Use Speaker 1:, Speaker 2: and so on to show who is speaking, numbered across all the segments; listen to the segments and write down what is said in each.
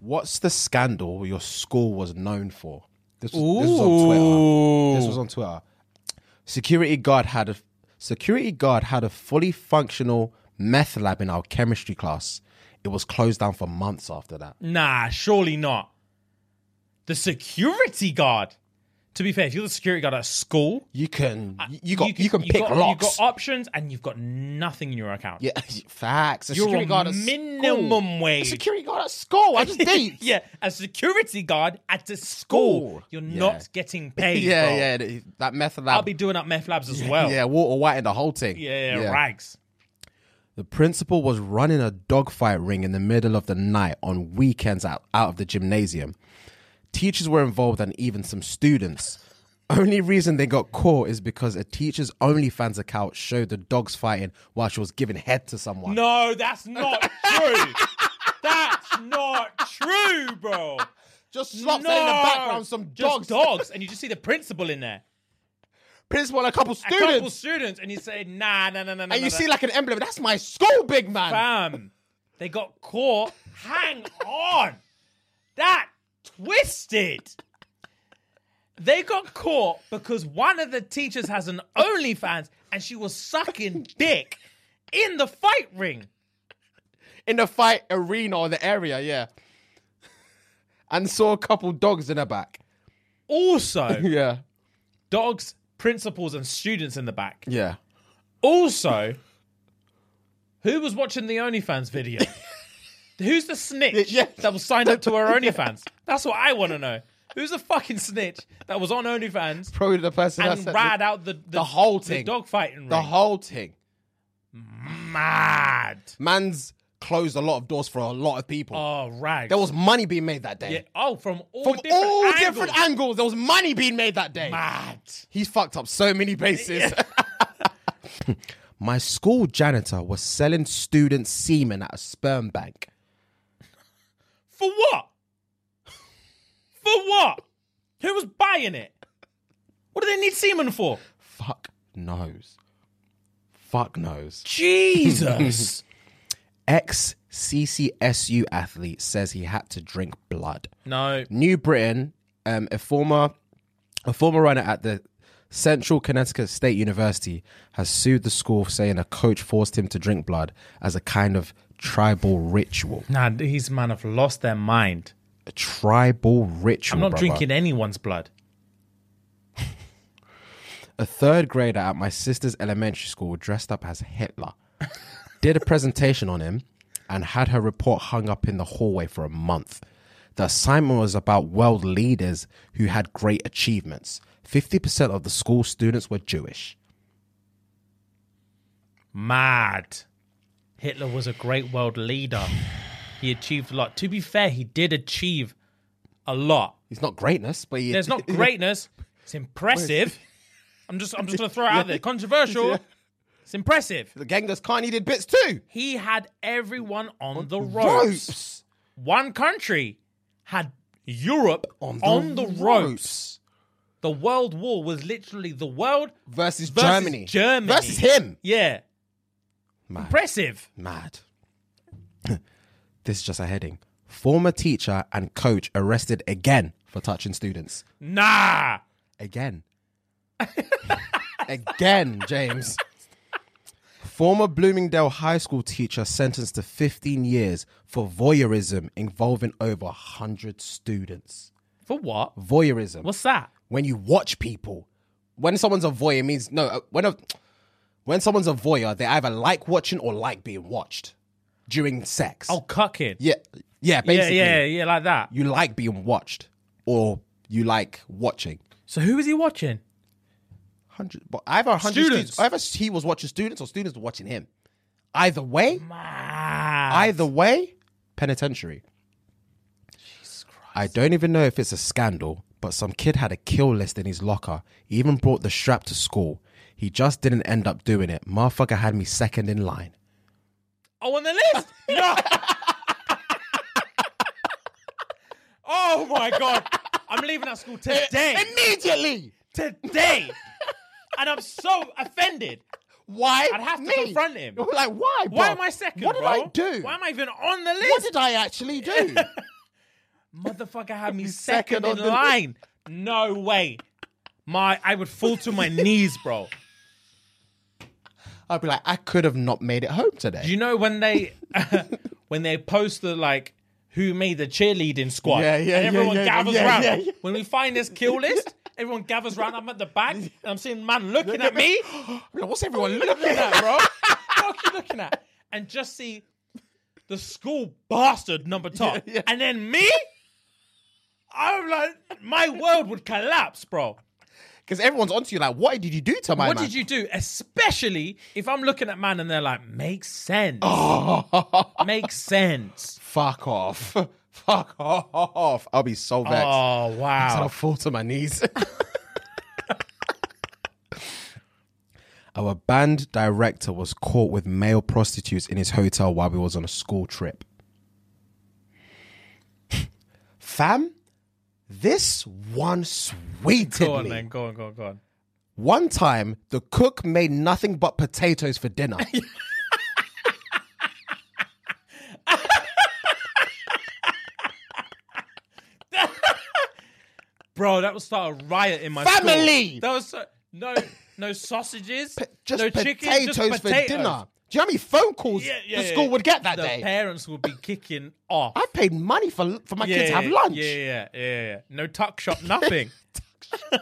Speaker 1: What's the scandal your school was known for? This was, this was on Twitter. This was on Twitter. Security guard had a security guard had a fully functional meth lab in our chemistry class. It was closed down for months after that.
Speaker 2: Nah, surely not. The security guard. To be fair, if you're the security guard at a school,
Speaker 1: You can you got you can, pick
Speaker 2: Uh, got,
Speaker 1: locks.
Speaker 2: You've got options and you've got nothing in your account.
Speaker 1: yeah, facts. A
Speaker 2: You're
Speaker 1: security
Speaker 2: on
Speaker 1: guard at
Speaker 2: minimum
Speaker 1: school.
Speaker 2: wage.
Speaker 1: A security guard at school. I just did.
Speaker 2: yeah, a security guard at a school.
Speaker 1: School.
Speaker 2: You're
Speaker 1: Yeah.
Speaker 2: not getting paid.
Speaker 1: yeah,
Speaker 2: bro.
Speaker 1: yeah. th- That meth lab.
Speaker 2: I'll be doing up meth labs as well.
Speaker 1: Yeah, Walter White and the whole thing.
Speaker 2: yeah, yeah. rags.
Speaker 1: The principal was running a dogfight ring in the middle of the night on weekends out, out of the gymnasium. Teachers were involved and even some students. Only reason they got caught is because a teacher's OnlyFans account showed the dogs fighting while she was giving head to someone.
Speaker 2: No, that's not true. that's not true, bro.
Speaker 1: just
Speaker 2: No,
Speaker 1: slops and in the background some dogs.
Speaker 2: just dogs, and you just see the principal in there,
Speaker 1: Principal and a couple
Speaker 2: a
Speaker 1: students.
Speaker 2: couple students, and you say, nah, nah, nah, nah, nah.
Speaker 1: and
Speaker 2: nah,
Speaker 1: you see
Speaker 2: nah.
Speaker 1: like an emblem. That's my school, big man.
Speaker 2: bam, they got caught. Hang on, that twisted. They got caught because one of the teachers has an OnlyFans, and she was sucking dick in the fight ring.
Speaker 1: in the fight arena or the area, yeah. And saw a couple dogs in her back.
Speaker 2: Also,
Speaker 1: Yeah.
Speaker 2: dogs, principals, and students in the back.
Speaker 1: Yeah.
Speaker 2: Also, who was watching the OnlyFans video? Who's the snitch
Speaker 1: Yeah.
Speaker 2: that was signed up to her OnlyFans? That's what I want to know. Who's the fucking snitch that was on OnlyFans
Speaker 1: Probably the person that
Speaker 2: and
Speaker 1: said
Speaker 2: rad out the, the,
Speaker 1: the whole thing.
Speaker 2: The dog fighting
Speaker 1: the
Speaker 2: ring?
Speaker 1: whole thing.
Speaker 2: Mad.
Speaker 1: Man's closed a lot of doors for a lot of people.
Speaker 2: Oh, rags.
Speaker 1: there was money being made that day.
Speaker 2: Yeah. Oh, from all
Speaker 1: From
Speaker 2: different
Speaker 1: all
Speaker 2: angles.
Speaker 1: different angles, there was money being made that day.
Speaker 2: Mad.
Speaker 1: He's fucked up so many bases. My school janitor was selling student semen at a sperm bank.
Speaker 2: For what? For what? Who was buying it? What do they need semen for?
Speaker 1: Fuck knows. Fuck knows.
Speaker 2: Jesus.
Speaker 1: Ex CCSU athlete says he had to drink blood.
Speaker 2: no.
Speaker 1: New Britain, um, a former a former runner at the Central Connecticut State University has sued the school saying a coach forced him to drink blood as a kind of tribal ritual.
Speaker 2: Nah, these man have lost their mind.
Speaker 1: A tribal ritual.
Speaker 2: I'm not
Speaker 1: brother.
Speaker 2: drinking anyone's blood.
Speaker 1: A third grader at my sister's elementary school dressed up as Hitler did a presentation on him and had her report hung up in the hallway for a month. The assignment was about world leaders who had great achievements. 50% of the school students were Jewish.
Speaker 2: Mad. Hitler was a great world leader. He achieved a lot. To be fair, he did achieve a lot.
Speaker 1: It's not greatness, but he,
Speaker 2: There's not greatness. It's impressive. I'm just I'm just gonna throw it out there. Controversial. It's impressive.
Speaker 1: the gang that's Kanye did bits too.
Speaker 2: He had everyone on the ropes. One country had Europe on the, ropes. The World War was literally the world
Speaker 1: versus,
Speaker 2: versus
Speaker 1: Germany.
Speaker 2: Germany.
Speaker 1: versus him.
Speaker 2: Yeah.
Speaker 1: Mad.
Speaker 2: Impressive.
Speaker 1: Mad. this is just a heading. Former teacher and coach arrested again for touching students.
Speaker 2: Nah.
Speaker 1: Again. again, James. Former Bloomingdale High School teacher sentenced to 15 years for voyeurism involving over 100 students.
Speaker 2: For what?
Speaker 1: Voyeurism.
Speaker 2: What's that?
Speaker 1: when you watch people. When someone's a voyeur it means no. uh, When a when someone's a voyeur, they either like watching or like being watched during sex.
Speaker 2: Oh, cucking.
Speaker 1: yeah, yeah.
Speaker 2: yeah,
Speaker 1: Basically,
Speaker 2: yeah, yeah, like that.
Speaker 1: you like being watched or you like watching.
Speaker 2: So who is he watching?
Speaker 1: hundred, but either a hundred students.
Speaker 2: Students.
Speaker 1: either he was watching students or students were watching him. Either way,
Speaker 2: Mad.
Speaker 1: either way, penitentiary. I don't even know if it's a scandal, but some kid had a kill list in his locker. He even brought the strap to school. He just didn't end up doing it. Motherfucker had me second in line.
Speaker 2: Oh, on the list? No. oh my god! I'm leaving that school
Speaker 1: Eh,
Speaker 2: today.
Speaker 1: Immediately.
Speaker 2: today, and I'm so offended.
Speaker 1: Why?
Speaker 2: I'd have to
Speaker 1: me?
Speaker 2: confront him.
Speaker 1: Like why? bro?
Speaker 2: Why am I second?
Speaker 1: What did
Speaker 2: bro?
Speaker 1: I do?
Speaker 2: Why am I even on the
Speaker 1: what
Speaker 2: list?
Speaker 1: did I actually do?
Speaker 2: Motherfucker had me
Speaker 1: second
Speaker 2: second,
Speaker 1: on
Speaker 2: in
Speaker 1: the-
Speaker 2: line. No way. My, I would fall to my knees, bro.
Speaker 1: I'd be like, I could have not made it home today.
Speaker 2: Do you know when they when they post the like who made the cheerleading squad?
Speaker 1: Yeah, yeah,
Speaker 2: And
Speaker 1: yeah,
Speaker 2: everyone
Speaker 1: yeah,
Speaker 2: gathers
Speaker 1: yeah,
Speaker 2: round.
Speaker 1: yeah, yeah.
Speaker 2: When we find this kill list, everyone gathers round. I'm at the back and I'm seeing man looking at me.
Speaker 1: I'd be like, What's everyone
Speaker 2: Looking at bro. What are you looking at? And just see the school bastard number top.
Speaker 1: yeah.
Speaker 2: And then me? I'm like, my world would collapse, bro.
Speaker 1: Because everyone's onto you. Like, what did you do to my
Speaker 2: What
Speaker 1: man?
Speaker 2: did you do? Especially if I'm looking at man and they're like, makes sense. Makes sense.
Speaker 1: Fuck off. Fuck off. I'll be so vexed.
Speaker 2: Oh,
Speaker 1: I'll
Speaker 2: wow.
Speaker 1: fall to my knees. Our band director was caught with male prostitutes in his hotel while we was on a school trip. Fam, this one sweeted
Speaker 2: Go on,
Speaker 1: me.
Speaker 2: then. Go on, go on, go on.
Speaker 1: One time, the cook made nothing but potatoes for dinner.
Speaker 2: Bro, that would start a riot in my
Speaker 1: Family!
Speaker 2: School. That was so, no, no sausages,
Speaker 1: Just
Speaker 2: no
Speaker 1: potatoes
Speaker 2: chicken, just potatoes
Speaker 1: for dinner. Do you know how many phone calls
Speaker 2: Yeah, yeah,
Speaker 1: the
Speaker 2: yeah.
Speaker 1: school would get that
Speaker 2: the
Speaker 1: day?
Speaker 2: parents would be kicking off.
Speaker 1: I paid money for for my
Speaker 2: yeah,
Speaker 1: kids to have
Speaker 2: yeah,
Speaker 1: lunch.
Speaker 2: Yeah, yeah, yeah, yeah. No tuck shop, nothing.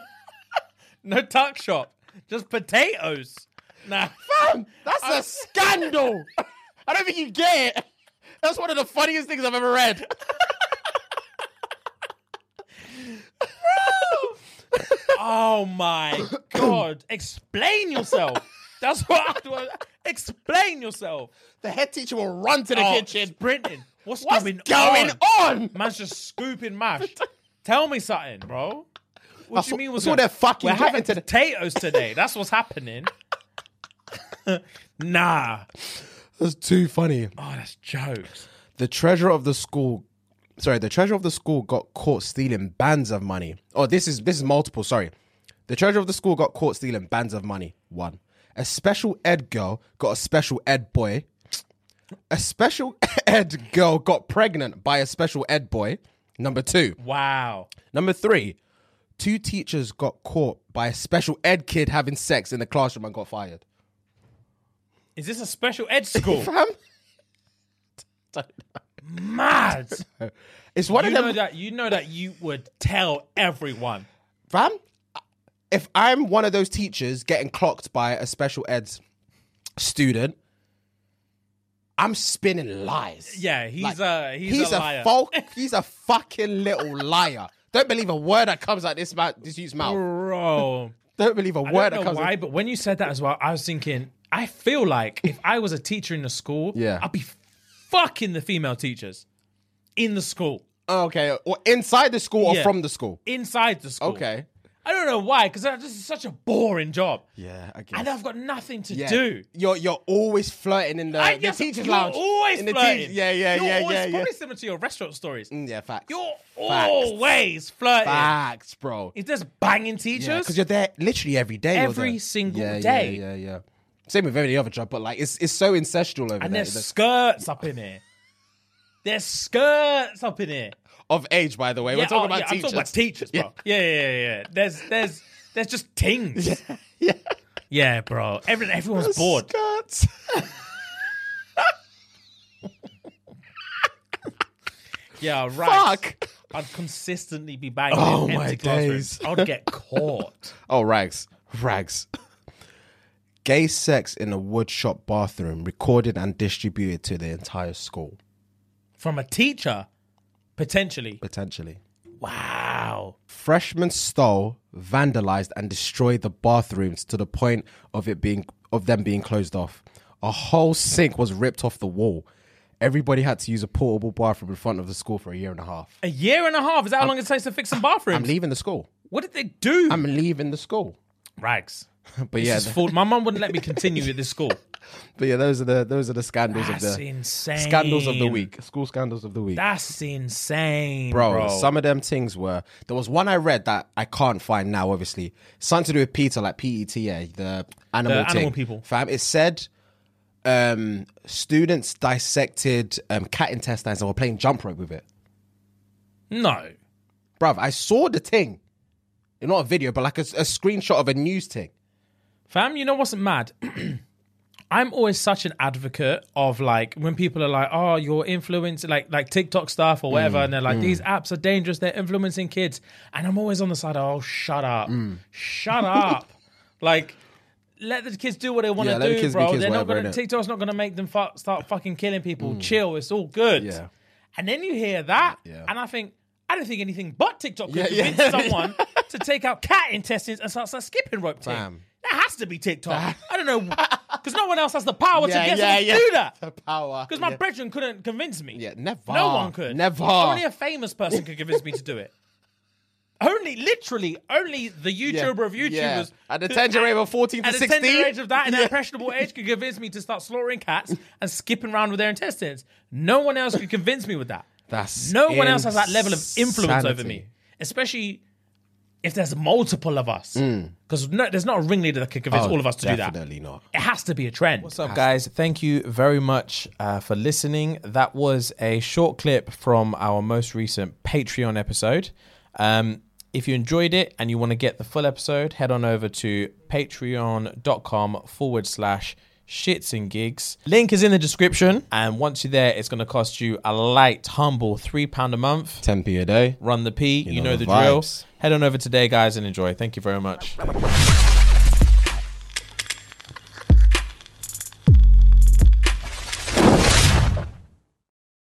Speaker 2: no tuck shop, just potatoes. Nah,
Speaker 1: Fam, that's a scandal. I don't think you get it. That's one of the funniest things I've ever read.
Speaker 2: oh my god! Explain yourself. That's what I was. Explain yourself.
Speaker 1: The head teacher will run to the
Speaker 2: Oh,
Speaker 1: kitchen.
Speaker 2: sprinting. What's,
Speaker 1: What's
Speaker 2: going,
Speaker 1: going on?
Speaker 2: Man's just scooping mash. Tell me something, bro. What
Speaker 1: That's
Speaker 2: do you
Speaker 1: what-
Speaker 2: mean?
Speaker 1: that's
Speaker 2: we're-
Speaker 1: what they're fucking
Speaker 2: We're having
Speaker 1: getting today.
Speaker 2: potatoes today. That's what's happening. nah.
Speaker 1: That's too funny.
Speaker 2: Oh, that's jokes.
Speaker 1: The treasurer of the school, sorry, the treasurer of the school got caught stealing bands of money. Oh, this is this is multiple. Sorry, the treasurer of the school got caught stealing bands of money. One, a special ed girl got a special ed boy. A special ed girl got pregnant by a special ed boy. Number two.
Speaker 2: Wow.
Speaker 1: Number three, two teachers got caught by a special ed kid having sex in the classroom and got fired.
Speaker 2: Is this a special ed school?
Speaker 1: Fam,
Speaker 2: Mad.
Speaker 1: it's one
Speaker 2: You
Speaker 1: of
Speaker 2: know
Speaker 1: them.
Speaker 2: that you know that you would tell everyone.
Speaker 1: Fam, if I'm one of those teachers getting clocked by a special ed student, I'm spinning lies.
Speaker 2: Yeah, he's a he's, a, liar.
Speaker 1: folk. He's a fucking little liar. Don't believe a word that comes out this man, this youth's mouth.
Speaker 2: Bro.
Speaker 1: Don't believe a
Speaker 2: I
Speaker 1: word that
Speaker 2: don't know
Speaker 1: comes.
Speaker 2: why,
Speaker 1: out.
Speaker 2: but when you said that as well, I was thinking, I feel like if I was a teacher in the school,
Speaker 1: Yeah.
Speaker 2: I'd be fucking the female teachers in the school,
Speaker 1: Okay, or inside the school or
Speaker 2: Yeah.
Speaker 1: from the school.
Speaker 2: inside the school.
Speaker 1: Okay.
Speaker 2: I don't know why, because this is such a boring job.
Speaker 1: Yeah, I guess.
Speaker 2: And I've got nothing to
Speaker 1: Yeah.
Speaker 2: do.
Speaker 1: You're you're always flirting in the,
Speaker 2: I
Speaker 1: the
Speaker 2: guess
Speaker 1: teachers
Speaker 2: you're
Speaker 1: lounge.
Speaker 2: always
Speaker 1: in the
Speaker 2: flirting.
Speaker 1: yeah, yeah,
Speaker 2: You're
Speaker 1: yeah,
Speaker 2: always-
Speaker 1: yeah, yeah.
Speaker 2: Probably similar to your restaurant stories.
Speaker 1: Mm, yeah, facts.
Speaker 2: You're
Speaker 1: Facts.
Speaker 2: always flirting.
Speaker 1: facts, bro.
Speaker 2: Is this banging teachers?
Speaker 1: Because you're there literally every day. you're
Speaker 2: Every
Speaker 1: there.
Speaker 2: single
Speaker 1: yeah,
Speaker 2: day.
Speaker 1: Yeah, yeah, yeah. Same with every other job, but like it's it's so ancestral over
Speaker 2: and
Speaker 1: there.
Speaker 2: there's skirts up in here. There's skirts up in here.
Speaker 1: Of age, by the way. We're
Speaker 2: Yeah,
Speaker 1: talking
Speaker 2: oh,
Speaker 1: about
Speaker 2: yeah,
Speaker 1: teachers.
Speaker 2: I'm talking about teachers, bro. Yeah, yeah, yeah. yeah. There's there's there's just things. Yeah,
Speaker 1: yeah.
Speaker 2: bro. Every, everyone's bored.
Speaker 1: Skirts.
Speaker 2: Yeah, right.
Speaker 1: Fuck.
Speaker 2: I'd consistently be banging
Speaker 1: Oh,
Speaker 2: in empty
Speaker 1: my
Speaker 2: classrooms.
Speaker 1: days.
Speaker 2: I would get caught.
Speaker 1: Oh, rags. Rags. Gay sex in a woodshop bathroom, recorded and distributed to the entire school,
Speaker 2: From a teacher, potentially.
Speaker 1: potentially.
Speaker 2: Wow.
Speaker 1: Freshman stole vandalized and destroyed the bathrooms to the point of it being of them being closed off. A whole sink was ripped off the wall. Everybody had to use a portable bathroom in front of the school for a year and a half.
Speaker 2: A year and a half. Is that how long it takes to fix some bathrooms?
Speaker 1: I'm leaving the school.
Speaker 2: what did they do?
Speaker 1: I'm leaving the school.
Speaker 2: Rags.
Speaker 1: But yeah,
Speaker 2: This is full- My mum wouldn't let me continue with this school.
Speaker 1: but yeah, those are the those are the scandals
Speaker 2: That's
Speaker 1: of the
Speaker 2: insane.
Speaker 1: scandals of the week. School scandals of the week.
Speaker 2: That's insane,
Speaker 1: bro,
Speaker 2: bro.
Speaker 1: Some of them things were. There was one I read that I can't find now. Obviously, something to do with Peter, like PET, yeah, the animal,
Speaker 2: The
Speaker 1: thing.
Speaker 2: animal people.
Speaker 1: Fam, it said um, students dissected um, cat intestines and were playing jump rope with it.
Speaker 2: no.
Speaker 1: Bruv, I saw the thing, not a video, but like a, a screenshot of a news thing.
Speaker 2: Fam, you know what's mad? I'm always such an advocate of like when people are like, "Oh, you're influencing like like TikTok stuff or whatever," and they're like, "These apps are dangerous. They're influencing kids," and I'm always on the side, of, "Oh, shut up, shut up!" Like, let the kids do what they want
Speaker 1: Yeah,
Speaker 2: to
Speaker 1: let the
Speaker 2: do,
Speaker 1: kids be
Speaker 2: bro.
Speaker 1: kids,
Speaker 2: they're
Speaker 1: whatever,
Speaker 2: not gonna
Speaker 1: innit? Mm.
Speaker 2: TikTok's not gonna make them fu- start fucking killing people. Chill, it's all good.
Speaker 1: Yeah.
Speaker 2: And then you hear that,
Speaker 1: Yeah.
Speaker 2: and I think. I don't think anything but TikTok could
Speaker 1: Yeah, yeah.
Speaker 2: convince someone to take out cat intestines and start, start skipping rope thing.
Speaker 1: Fam.
Speaker 2: That has to be TikTok. I don't know because no one else has the power to get someone to do that.
Speaker 1: power.
Speaker 2: Because my
Speaker 1: yeah.
Speaker 2: brethren couldn't convince me.
Speaker 1: yeah, never.
Speaker 2: no one could.
Speaker 1: Never.
Speaker 2: Only a famous person could convince me to do it. Only, literally, only the
Speaker 1: Yeah,
Speaker 2: YouTuber of YouTubers
Speaker 1: yeah. At the
Speaker 2: who-
Speaker 1: tender age of 14 to
Speaker 2: at the
Speaker 1: 16.
Speaker 2: tender age of that, and that impressionable age, could convince me to start slaughtering cats and skipping around with their intestines. No one else could convince me with that.
Speaker 1: That's
Speaker 2: No one else has that level of influence over
Speaker 1: insanity.
Speaker 2: me, especially if there's multiple of us. Because no, there's not a ringleader that could convince
Speaker 1: Mm. Oh,
Speaker 2: all of us to do that.
Speaker 1: Definitely not.
Speaker 2: It has to be a trend.
Speaker 3: What's up, guys? Thank you very much uh, for listening. That was a short clip from our most recent Patreon episode. Um, if you enjoyed it and you want to get the full episode, head on over to patreon.com forward slash shits and gigs. Link is in the description. And once you're there, it's going to cost you a light, humble £3 a month.
Speaker 1: 10p a day.
Speaker 3: Run the P, you, know,
Speaker 1: know
Speaker 3: the
Speaker 1: the
Speaker 3: drill.
Speaker 1: vibes.
Speaker 3: Head on over today, guys, and enjoy. Thank you very much.